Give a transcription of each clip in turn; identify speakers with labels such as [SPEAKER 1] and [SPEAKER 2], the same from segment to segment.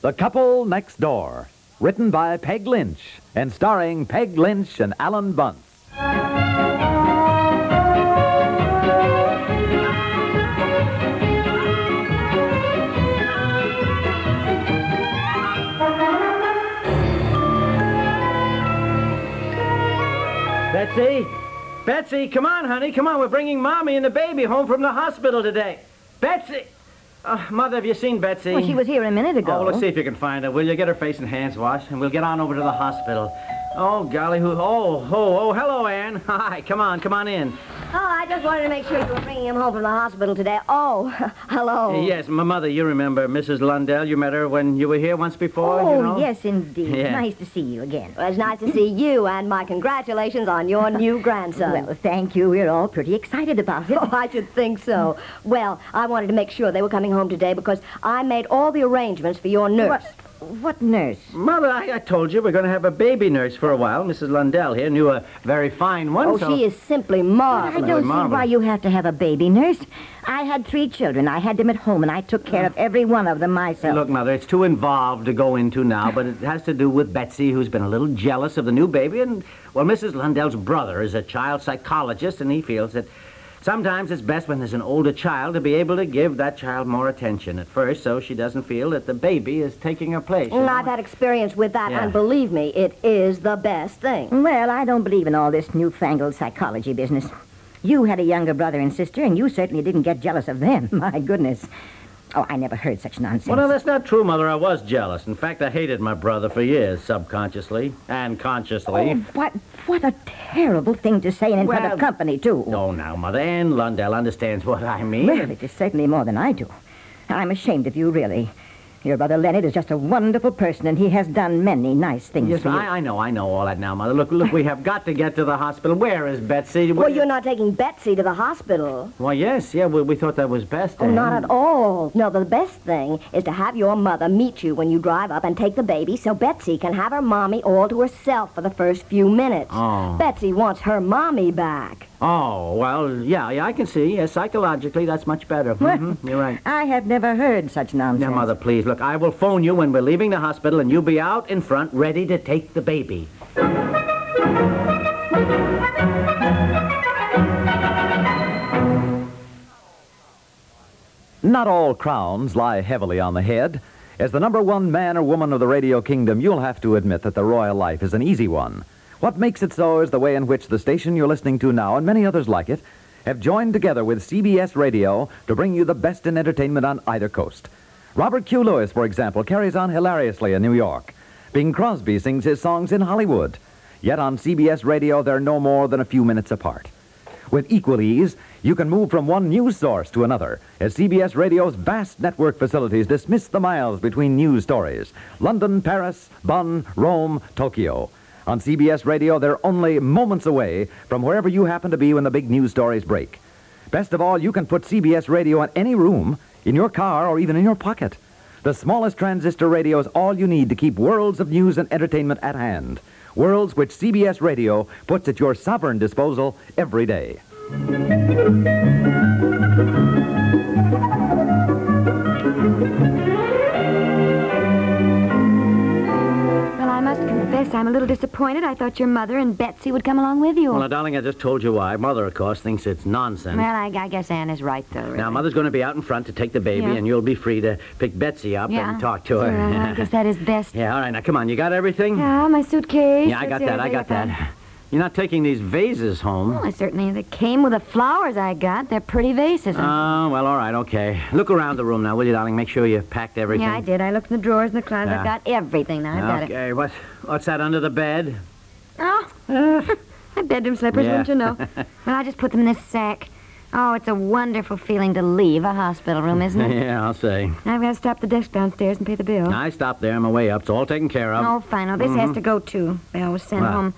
[SPEAKER 1] The Couple Next Door, written by Peg Lynch and starring Peg Lynch and Alan Bunce.
[SPEAKER 2] Betsy? Betsy, come on, honey. Come on. We're bringing Mommy and the baby home from the hospital today. Betsy! Uh, Mother, have you seen Betsy?
[SPEAKER 3] Well, she was here a minute ago.
[SPEAKER 2] Oh, let's see if you can find her, will you? Get her face and hands washed, and we'll get on over to the hospital. Oh, golly, who... Oh, oh, oh, hello, Ann. Hi, come on, come on in.
[SPEAKER 3] Oh, I just wanted to make sure you were bringing him home from the hospital today. Oh, hello.
[SPEAKER 2] Yes, my mother, you remember Mrs. Lundell. You met her when you were here once before,
[SPEAKER 3] Oh,
[SPEAKER 2] you know?
[SPEAKER 3] yes, indeed.
[SPEAKER 2] Yeah.
[SPEAKER 3] Nice to see you again. Well, it's nice to see you, and my congratulations on your new grandson. Well, thank you. We're all pretty excited about it. Oh, I should think so. Well, I wanted to make sure they were coming home today because I made all the arrangements for your nurse.
[SPEAKER 4] What nurse?
[SPEAKER 2] Mother, I, I told you we're going to have a baby nurse for a while. Mrs. Lundell here knew a very fine one.
[SPEAKER 3] Oh,
[SPEAKER 2] so...
[SPEAKER 3] she is simply marvelous.
[SPEAKER 4] I don't see
[SPEAKER 2] Marvel.
[SPEAKER 4] why you have to have a baby nurse. I had three children. I had them at home, and I took care of every one of them myself.
[SPEAKER 2] Look, Mother, it's too involved to go into now, but it has to do with Betsy, who's been a little jealous of the new baby. And, well, Mrs. Lundell's brother is a child psychologist, and he feels that sometimes it's best when there's an older child to be able to give that child more attention at first so she doesn't feel that the baby is taking her place. you
[SPEAKER 3] Mm,
[SPEAKER 2] know?
[SPEAKER 3] I've had experience with that,
[SPEAKER 2] Yeah.
[SPEAKER 3] and believe me, it is the best thing.
[SPEAKER 4] Well, I don't believe in all this newfangled psychology business. You had a younger brother and sister, and you certainly didn't get jealous of them. My goodness. Oh, I never heard such nonsense.
[SPEAKER 2] Well, no, that's not true, Mother. I was jealous. In fact, I hated my brother for years, subconsciously and consciously.
[SPEAKER 4] Oh, what, what a terrible thing to say, and in front
[SPEAKER 2] Well-
[SPEAKER 4] of company, too.
[SPEAKER 2] No, now, Mother. Anne Lundell understands what I mean.
[SPEAKER 4] Well, it is certainly more than I do. I'm ashamed of you, really. Your brother Leonard is just a wonderful person, and he has done many nice things
[SPEAKER 2] Yes,
[SPEAKER 4] for you.
[SPEAKER 2] I, I know, I know all that now, Mother. Look, look, we have got to get to the hospital. Where is Betsy?
[SPEAKER 3] Well, you're not taking Betsy to the hospital.
[SPEAKER 2] Why, yes, yeah, we, we thought that was best. eh?
[SPEAKER 3] Oh, not at all. No, the best thing is to have your mother meet you when you drive up and take the baby so Betsy can have her mommy all to herself for the first few minutes.
[SPEAKER 2] Oh.
[SPEAKER 3] Betsy wants her mommy back.
[SPEAKER 2] Oh, well, yeah, yeah, I can see. Yes, psychologically, that's much better. Mhm, You're right.
[SPEAKER 4] I have never heard such nonsense.
[SPEAKER 2] Now, Mother, please, look, I will phone you when we're leaving the hospital, and you'll be out in front, ready to take the baby.
[SPEAKER 1] Not all crowns lie heavily on the head. As the number one man or woman of the radio kingdom, you'll have to admit that the royal life is an easy one. What makes it so is the way in which the station you're listening to now, and many others like it, have joined together with CBS Radio to bring you the best in entertainment on either coast. Robert Q. Lewis, for example, carries on hilariously in New York. Bing Crosby sings his songs in Hollywood. Yet on CBS Radio, they're no more than a few minutes apart. With equal ease, you can move from one news source to another as CBS Radio's vast network facilities dismiss the miles between news stories London, Paris, Bonn, Rome, Tokyo. On CBS Radio, they're only moments away from wherever you happen to be when the big news stories break. Best of all, you can put CBS Radio in any room, in your car, or even in your pocket. The smallest transistor radio is all you need to keep worlds of news and entertainment at hand. Worlds which CBS Radio puts at your sovereign disposal every day.
[SPEAKER 5] Well, I must confess, I'm a little disappointed. I thought your mother and Betsy would come along with you.
[SPEAKER 2] Well, now,
[SPEAKER 5] Well,
[SPEAKER 2] darling, I just told you why. Mother, of course, thinks it's nonsense.
[SPEAKER 5] I, I guess Anne is right, though. really.
[SPEAKER 2] Now, Mother's going to be out in front to take the baby,
[SPEAKER 5] Yeah.
[SPEAKER 2] and you'll be free to pick Betsy up
[SPEAKER 5] yeah.
[SPEAKER 2] and talk to her.
[SPEAKER 5] Yeah, well, I guess that is best.
[SPEAKER 2] yeah, all right, now, come on. You got everything?
[SPEAKER 5] Yeah, my suitcase.
[SPEAKER 2] Yeah, I
[SPEAKER 5] Let's
[SPEAKER 2] got
[SPEAKER 5] see,
[SPEAKER 2] that. I got that. You're not taking these vases home.
[SPEAKER 5] Well, I certainly. They came with the flowers I got. They're pretty vases. and-
[SPEAKER 2] Oh, well, all right, okay. Look around the room now, will you, darling? Make sure you packed everything.
[SPEAKER 5] yeah, I did. I looked in the drawers and the closet.
[SPEAKER 2] Yeah.
[SPEAKER 5] I've got everything now. I've got it.
[SPEAKER 2] Okay, what, what's that under the bed?
[SPEAKER 5] Oh, my bedroom slippers,
[SPEAKER 2] Yeah.
[SPEAKER 5] wouldn't you know? well, I just put them in this sack. Oh, it's a wonderful feeling to leave a hospital room, isn't it?
[SPEAKER 2] yeah, I'll say.
[SPEAKER 5] I've got to stop at the desk downstairs and pay the bill.
[SPEAKER 2] I stopped there on my way up. It's all taken care of.
[SPEAKER 5] oh, fine. Oh, this
[SPEAKER 2] mm-hmm.
[SPEAKER 5] has to go, too. They always send
[SPEAKER 2] What?
[SPEAKER 5] home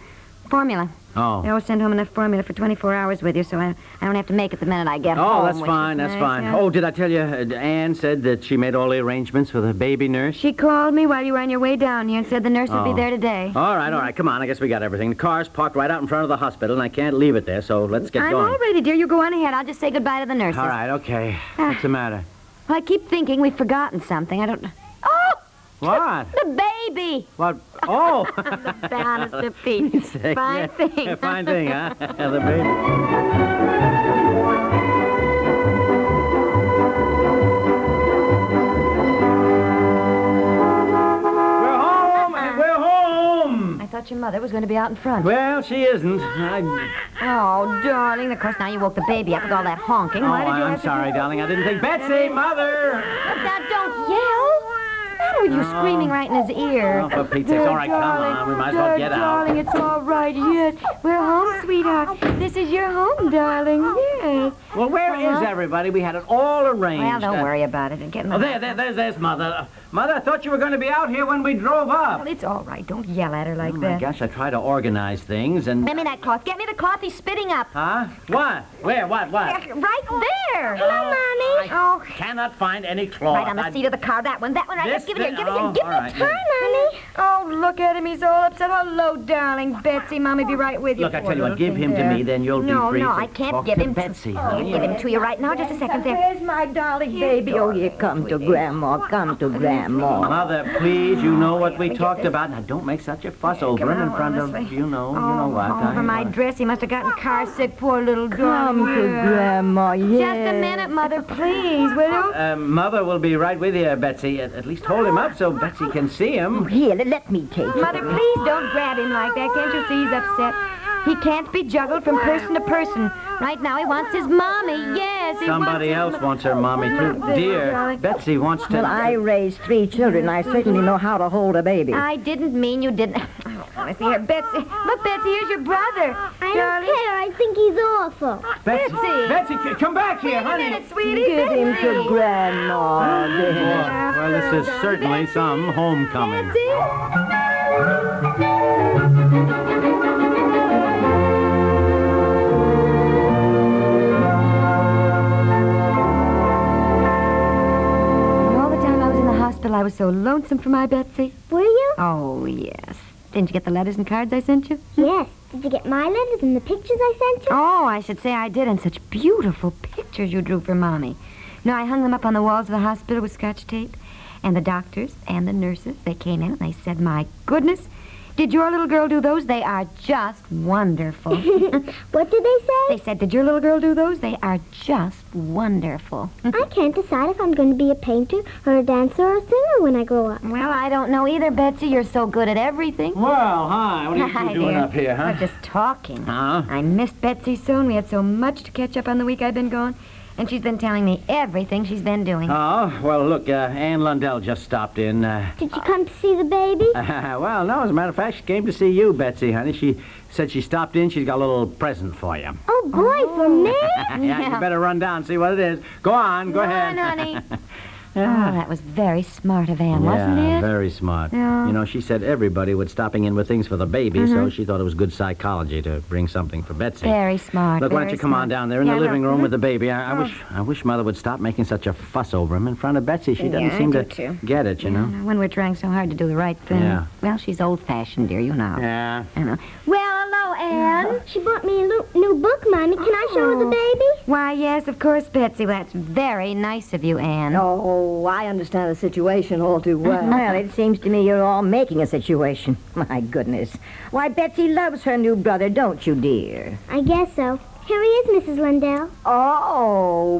[SPEAKER 5] formula. They
[SPEAKER 2] Oh.
[SPEAKER 5] always send home enough formula for 24 hours with you, so I, I don't have to make it the minute I get home.
[SPEAKER 2] Oh, that's
[SPEAKER 5] which is
[SPEAKER 2] fine, that's
[SPEAKER 5] nice,
[SPEAKER 2] fine.
[SPEAKER 5] yeah.
[SPEAKER 2] Oh, did I tell you, uh, Anne said that she made all the arrangements for the baby nurse?
[SPEAKER 5] She called me while you were on your way down here and said the nurse would
[SPEAKER 2] Oh.
[SPEAKER 5] be there today.
[SPEAKER 2] All right, all right, come on. I guess we got everything. The car's parked right out in front of the hospital, and I can't leave it there, so let's get
[SPEAKER 5] I'm
[SPEAKER 2] going.
[SPEAKER 5] all ready, dear. You go on ahead. I'll just say goodbye to the nurses.
[SPEAKER 2] All
[SPEAKER 5] Ah.
[SPEAKER 2] right, okay. What's the matter?
[SPEAKER 5] Well, I keep thinking we've forgotten something. I don't. Oh!
[SPEAKER 2] What?
[SPEAKER 5] The baby!
[SPEAKER 2] What? Oh!
[SPEAKER 5] Honest to Pete. Fine thing.
[SPEAKER 2] Fine thing, huh? the baby. We're home! and We're home!
[SPEAKER 5] I thought your mother was going to be out in front.
[SPEAKER 2] Well, she isn't. I...
[SPEAKER 5] Oh, darling, of course, now you woke the baby up with all that honking.
[SPEAKER 2] Oh,
[SPEAKER 5] Why did you
[SPEAKER 2] I'm
[SPEAKER 5] have
[SPEAKER 2] sorry, darling. I didn't think. Betsy, mother!
[SPEAKER 5] to... Now, don't yell. What's the
[SPEAKER 4] Oh,
[SPEAKER 5] matter with you screaming right in his ear?
[SPEAKER 2] Oh, for Pete's sake. All right, come on. We might as well get out.
[SPEAKER 5] Darling, it's all right, yes. We're home, sweetheart. This is your home, darling, yes.
[SPEAKER 2] Well, where is everybody? We had it all arranged.
[SPEAKER 5] Well,
[SPEAKER 2] Uh,
[SPEAKER 5] don't worry about it. and Get in the
[SPEAKER 2] Oh, there, there, there's, there's Mother. Uh, Mother, I thought you were going to be out here when we drove up.
[SPEAKER 5] Well, It's all right. Don't yell at her like
[SPEAKER 2] Oh, my
[SPEAKER 5] that.
[SPEAKER 2] gosh, I try to organize things and...
[SPEAKER 5] Get me that cloth. Get me the cloth he's spitting up.
[SPEAKER 2] Huh? What? Where? What? What?
[SPEAKER 5] Right there. Hello,
[SPEAKER 2] Oh,
[SPEAKER 5] Mommy. Oh,
[SPEAKER 2] Cannot find any cloth.
[SPEAKER 5] right on the seat of the car. That one. That one. Right.
[SPEAKER 2] This
[SPEAKER 5] Yes, give it here.
[SPEAKER 2] bit-
[SPEAKER 5] Give it here.
[SPEAKER 2] oh,
[SPEAKER 5] Give
[SPEAKER 2] all
[SPEAKER 5] it
[SPEAKER 2] right,
[SPEAKER 5] here. Mommy. Oh, look at him. He's all upset. Hello, darling. Betsy, Mommy, be right with you.
[SPEAKER 2] Look, I
[SPEAKER 5] Poor
[SPEAKER 2] tell you what,
[SPEAKER 5] little
[SPEAKER 2] give
[SPEAKER 5] thing
[SPEAKER 2] him to
[SPEAKER 5] there.
[SPEAKER 2] me, then you'll be
[SPEAKER 5] No,
[SPEAKER 2] free
[SPEAKER 5] no,
[SPEAKER 2] to
[SPEAKER 5] I can't Oh.
[SPEAKER 2] talk
[SPEAKER 5] give
[SPEAKER 2] to
[SPEAKER 5] him.
[SPEAKER 2] Betsy,
[SPEAKER 5] To,
[SPEAKER 2] honey.
[SPEAKER 5] can't give him to you right now. Just a second there.
[SPEAKER 4] Where's my darling baby? Oh, you come to Grandma. Come to Grandma.
[SPEAKER 2] Mother, please, you know what we talked about. Now, don't make such a fuss over him in front of, you know, you know what.
[SPEAKER 5] Oh, over
[SPEAKER 2] I-
[SPEAKER 5] my dress. He must have gotten car sick. Poor little
[SPEAKER 4] Come
[SPEAKER 5] darling.
[SPEAKER 4] to Grandma, yes.
[SPEAKER 5] Just a minute, Mother, please, will you?
[SPEAKER 2] Uh, Mother will be right with you, Betsy. At, at least hold him up so Betsy can see him.
[SPEAKER 4] Here, let- let me take it.
[SPEAKER 5] Mother, please don't grab him like that. Can't you see he's upset? He can't be juggled from person to person. Right now, he wants his mommy. Yes, he
[SPEAKER 2] Somebody
[SPEAKER 5] wants
[SPEAKER 2] else
[SPEAKER 5] his
[SPEAKER 2] wants her mommy, too. Dear, Betsy wants to...
[SPEAKER 4] Well, I raised three children. I certainly know how to hold a baby.
[SPEAKER 5] I didn't mean you didn't. Oh, Honestly, here, Betsy. Look, Betsy, here's your brother.
[SPEAKER 6] I don't
[SPEAKER 5] Darling.
[SPEAKER 6] care. I think he's awful.
[SPEAKER 2] Betsy!
[SPEAKER 5] Betsy.
[SPEAKER 2] Betsy, c- come back here,
[SPEAKER 5] Wait a
[SPEAKER 2] honey! Oh,
[SPEAKER 5] minute, sweetie.
[SPEAKER 4] Give him
[SPEAKER 5] Betsy.
[SPEAKER 4] to Grandma. there.
[SPEAKER 2] Well, this is certainly some homecoming.
[SPEAKER 5] Betsy. All the time I was in the hospital, I was so lonesome for my Betsy.
[SPEAKER 6] Were you?
[SPEAKER 5] Oh, yes. Didn't you get the letters and cards I sent you?
[SPEAKER 6] Yes. Did you get my letters and the pictures I sent you?
[SPEAKER 5] Oh, I should say I did, and such beautiful pictures you drew for Mommy. No, I hung them up on the walls of the hospital with scotch tape. And the doctors and the nurses, they came in and they said, My goodness, did your little girl do those? They are just wonderful.
[SPEAKER 6] What did they say?
[SPEAKER 5] they said, Did your little girl do those? They are just wonderful.
[SPEAKER 6] I can't decide if I'm going to be a painter or a dancer or a singer when I grow up.
[SPEAKER 5] Well, I don't know either, Betsy. You're so good at everything.
[SPEAKER 2] Well, hi. What are you two
[SPEAKER 5] Hi,
[SPEAKER 2] doing
[SPEAKER 5] dear.
[SPEAKER 2] up here,
[SPEAKER 5] I'm
[SPEAKER 2] huh?
[SPEAKER 5] just talking.
[SPEAKER 2] Huh?
[SPEAKER 5] I missed Betsy soon. We had so much to catch up on the week I've been gone. And she's been telling me everything she's been doing.
[SPEAKER 2] Oh, well, look, uh, Ann Lundell just stopped in. Uh,
[SPEAKER 6] Did you come to see the baby?
[SPEAKER 2] well, no, as a matter of fact, she came to see you, Betsy, honey. She said she stopped in. She's got a little present for you.
[SPEAKER 6] Oh, boy, for me?
[SPEAKER 2] Yeah, you better run down and see what it is. Go on, go
[SPEAKER 5] Come
[SPEAKER 2] ahead.
[SPEAKER 5] on, honey. Oh, that was very smart of Anne, wasn't
[SPEAKER 2] yeah,
[SPEAKER 5] it?
[SPEAKER 2] very smart.
[SPEAKER 5] Yeah. Mm-hmm.
[SPEAKER 2] You know, she said everybody was stopping in with things for the baby, so she thought it was good psychology to bring something for Betsy.
[SPEAKER 5] Very smart.
[SPEAKER 2] Look, why don't
[SPEAKER 5] very
[SPEAKER 2] you come on
[SPEAKER 5] smart.
[SPEAKER 2] down there in
[SPEAKER 5] Yeah,
[SPEAKER 2] the
[SPEAKER 5] no,
[SPEAKER 2] living room
[SPEAKER 5] mhm.
[SPEAKER 2] with the baby? I, I wish I wish Mother would stop making such a fuss over him in front of Betsy. She doesn't
[SPEAKER 5] Yeah, I
[SPEAKER 2] seem
[SPEAKER 5] do
[SPEAKER 2] to
[SPEAKER 5] too.
[SPEAKER 2] get it, you know.
[SPEAKER 5] No, When we're trying so hard to do the right thing.
[SPEAKER 2] Yeah.
[SPEAKER 5] Well, she's old-fashioned, dear, you know.
[SPEAKER 2] Yeah.
[SPEAKER 5] I know. Well, hello, Anne.
[SPEAKER 6] She bought me a lo- new book, Mommy. Can I show her the baby?
[SPEAKER 5] Why, yes, of course, Betsy. Well, that's very nice of you, Anne.
[SPEAKER 3] Oh, I understand the situation all too well.
[SPEAKER 4] Well, it seems to me you're all making a situation. My goodness. Why, Betsy loves her new brother, don't you, dear?
[SPEAKER 6] I guess so. Here he is, Mrs. Lundell.
[SPEAKER 3] Oh,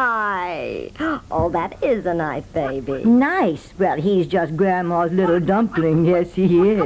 [SPEAKER 3] my. Oh, that is a nice baby.
[SPEAKER 4] Nice. Well, he's just Grandma's little dumpling. Yes, he is.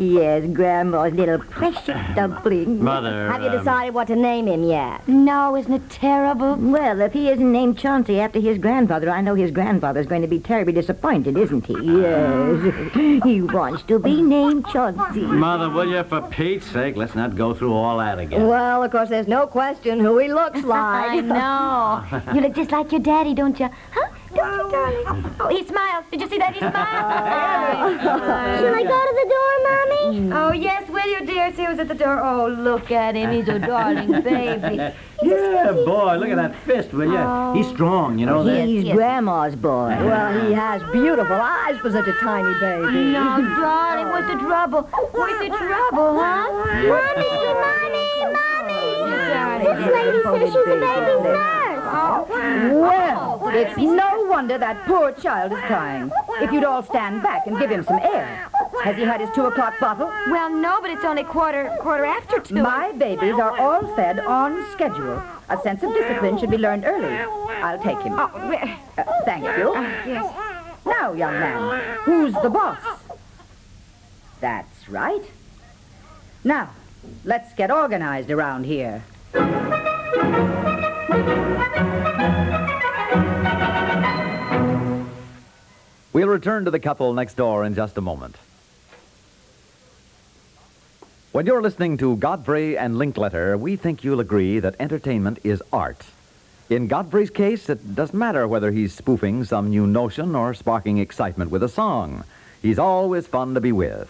[SPEAKER 4] yes, Grandma's little precious dumpling.
[SPEAKER 2] Uh, Mother.
[SPEAKER 3] Have you
[SPEAKER 2] um,
[SPEAKER 3] decided what to name him yet?
[SPEAKER 5] No, isn't it terrible?
[SPEAKER 4] Well, if he isn't named Chauncey after his grandfather, I know his grandfather's going to be terribly disappointed, isn't he? Yes. he wants to be named Chauncey.
[SPEAKER 2] Mother, will you, for Pete's sake, let's not go through all that again.
[SPEAKER 3] Well, of course, there's no question who he looks
[SPEAKER 5] I
[SPEAKER 3] like.
[SPEAKER 5] know. you look just like your daddy, don't you? Huh? Don't you, darling? Oh, he smiled. Did you see that? He smiled.
[SPEAKER 6] Shall I go to the door, Mommy?
[SPEAKER 5] Oh, yes, will you, dear? See who's at the door. Oh, look at him. He's a darling baby.
[SPEAKER 2] yeah, boy, look at that fist, will you? He's strong, you know that.
[SPEAKER 4] He's
[SPEAKER 5] yes.
[SPEAKER 4] Grandma's boy.
[SPEAKER 3] Well, he has beautiful eyes for such a tiny baby.
[SPEAKER 5] No, darling, what's the trouble? What's the trouble, huh?
[SPEAKER 6] Mommy, Mommy, Mommy!
[SPEAKER 5] Darling,
[SPEAKER 6] This lady says she's a baby's nurse.
[SPEAKER 4] Well, it's no wonder that poor child is crying. If you'd all stand back and give him some air. Has he had his two o'clock bottle?
[SPEAKER 5] Well, no, but it's only quarter quarter after two.
[SPEAKER 4] My babies are all fed on schedule. A sense of discipline should be learned early. I'll take him.
[SPEAKER 5] Oh, well,
[SPEAKER 4] Uh, thank you.
[SPEAKER 5] yes.
[SPEAKER 4] Now, young man, who's the boss? That's right. Now, let's get organized around here.
[SPEAKER 2] We'll return to the couple next door in just a moment. When you're listening to Godfrey and Linkletter, we think you'll agree that entertainment is art. In Godfrey's case, it doesn't matter whether he's spoofing some new notion or sparking excitement with a song. He's always fun to be with.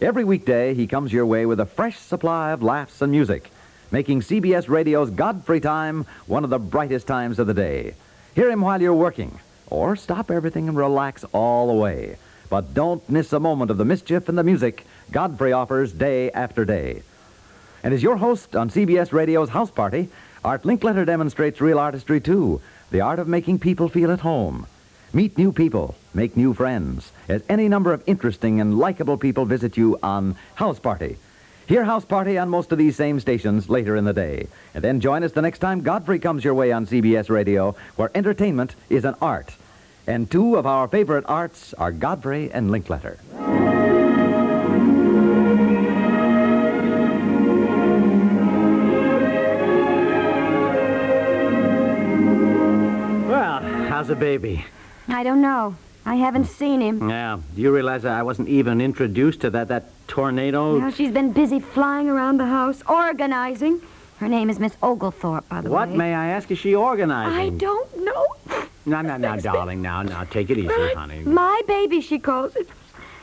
[SPEAKER 2] Every weekday, he comes your way with a fresh supply of laughs and music, making CBS Radio's Godfrey Time one of the brightest times of the day. Hear him while you're working, or stop everything and relax all the way. But don't miss a moment of the mischief and the music Godfrey offers day after day. And as your host on CBS Radio's House Party, Art Linkletter demonstrates real artistry too the art of making people feel at home. Meet new people, make new friends, as any number of interesting and likable people visit you on House Party. Hear House Party on most of these same stations later in the day. And then join us the next time Godfrey comes your way on CBS Radio, where entertainment is an art. And two of our favorite arts are Godfrey and Linkletter.
[SPEAKER 7] Well, how's the baby?
[SPEAKER 5] I don't know. I haven't seen him.
[SPEAKER 7] Yeah. Do you realize I wasn't even introduced to that that tornado?
[SPEAKER 5] Well, she's been busy flying around the house, organizing. Her name is Miss Oglethorpe, by the
[SPEAKER 7] What,
[SPEAKER 5] way.
[SPEAKER 7] may I ask, is she
[SPEAKER 5] I
[SPEAKER 7] organizing?
[SPEAKER 5] don't know.
[SPEAKER 7] No, no, no, darling, now, now, take it easy, honey.
[SPEAKER 5] My baby, she calls it.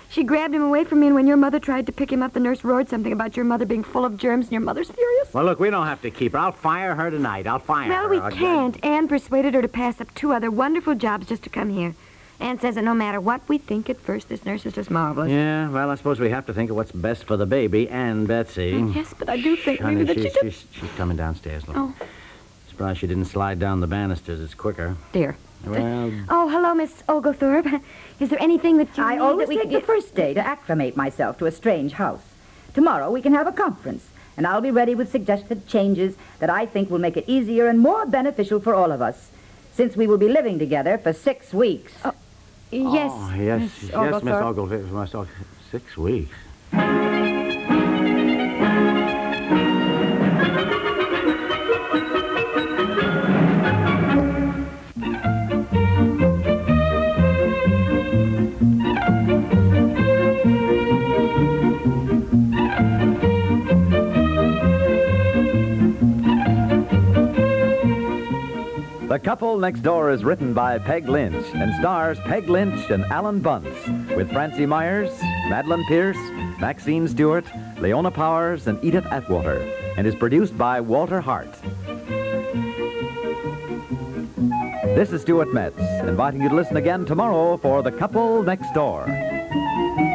[SPEAKER 5] She grabbed him away from me, and when your mother tried to pick him up, the nurse roared something about your mother being full of germs, and your mother's furious.
[SPEAKER 7] Well, look, we don't have to keep her. I'll fire her tonight. I'll fire
[SPEAKER 5] Well,
[SPEAKER 7] her.
[SPEAKER 5] we
[SPEAKER 7] I'll-
[SPEAKER 5] can't. Anne persuaded her to pass up two other wonderful jobs just to come here. Anne says that no matter what we think at first, this nurse is just marvelous.
[SPEAKER 7] Yeah, well, I suppose we have to think of what's best for the baby and Betsy.
[SPEAKER 2] Mm.
[SPEAKER 5] Yes, but I do think
[SPEAKER 7] Honey,
[SPEAKER 5] maybe that she
[SPEAKER 7] she's,
[SPEAKER 5] just...
[SPEAKER 7] she's, she's coming downstairs. Look.
[SPEAKER 5] Oh.
[SPEAKER 7] Surprised she didn't slide down the banisters. It's quicker.
[SPEAKER 5] Dear.
[SPEAKER 7] Well,
[SPEAKER 5] Oh, hello, Miss Oglethorpe. Is there anything that you
[SPEAKER 4] I
[SPEAKER 5] need
[SPEAKER 4] always
[SPEAKER 5] that we
[SPEAKER 4] take
[SPEAKER 5] could
[SPEAKER 4] the first day to acclimate myself to a strange house. Tomorrow we can have a conference, and I'll be ready with suggested changes that I think will make it easier and more beneficial for all of us, since we will be living together for six weeks.
[SPEAKER 5] Yes.
[SPEAKER 7] oh, yes, yes,
[SPEAKER 5] Oglethorpe.
[SPEAKER 7] Miss Oglethorpe. Miss Oglethorpe. Six weeks.
[SPEAKER 2] The Couple Next Door is written by Peg Lynch and stars Peg Lynch and Alan Bunce with Francie Myers, Madeline Pierce, Maxine Stewart, Leona Powers, and Edith Atwater, and is produced by Walter Hart. This is Stuart Metz, inviting you to listen again tomorrow for The Couple Next Door.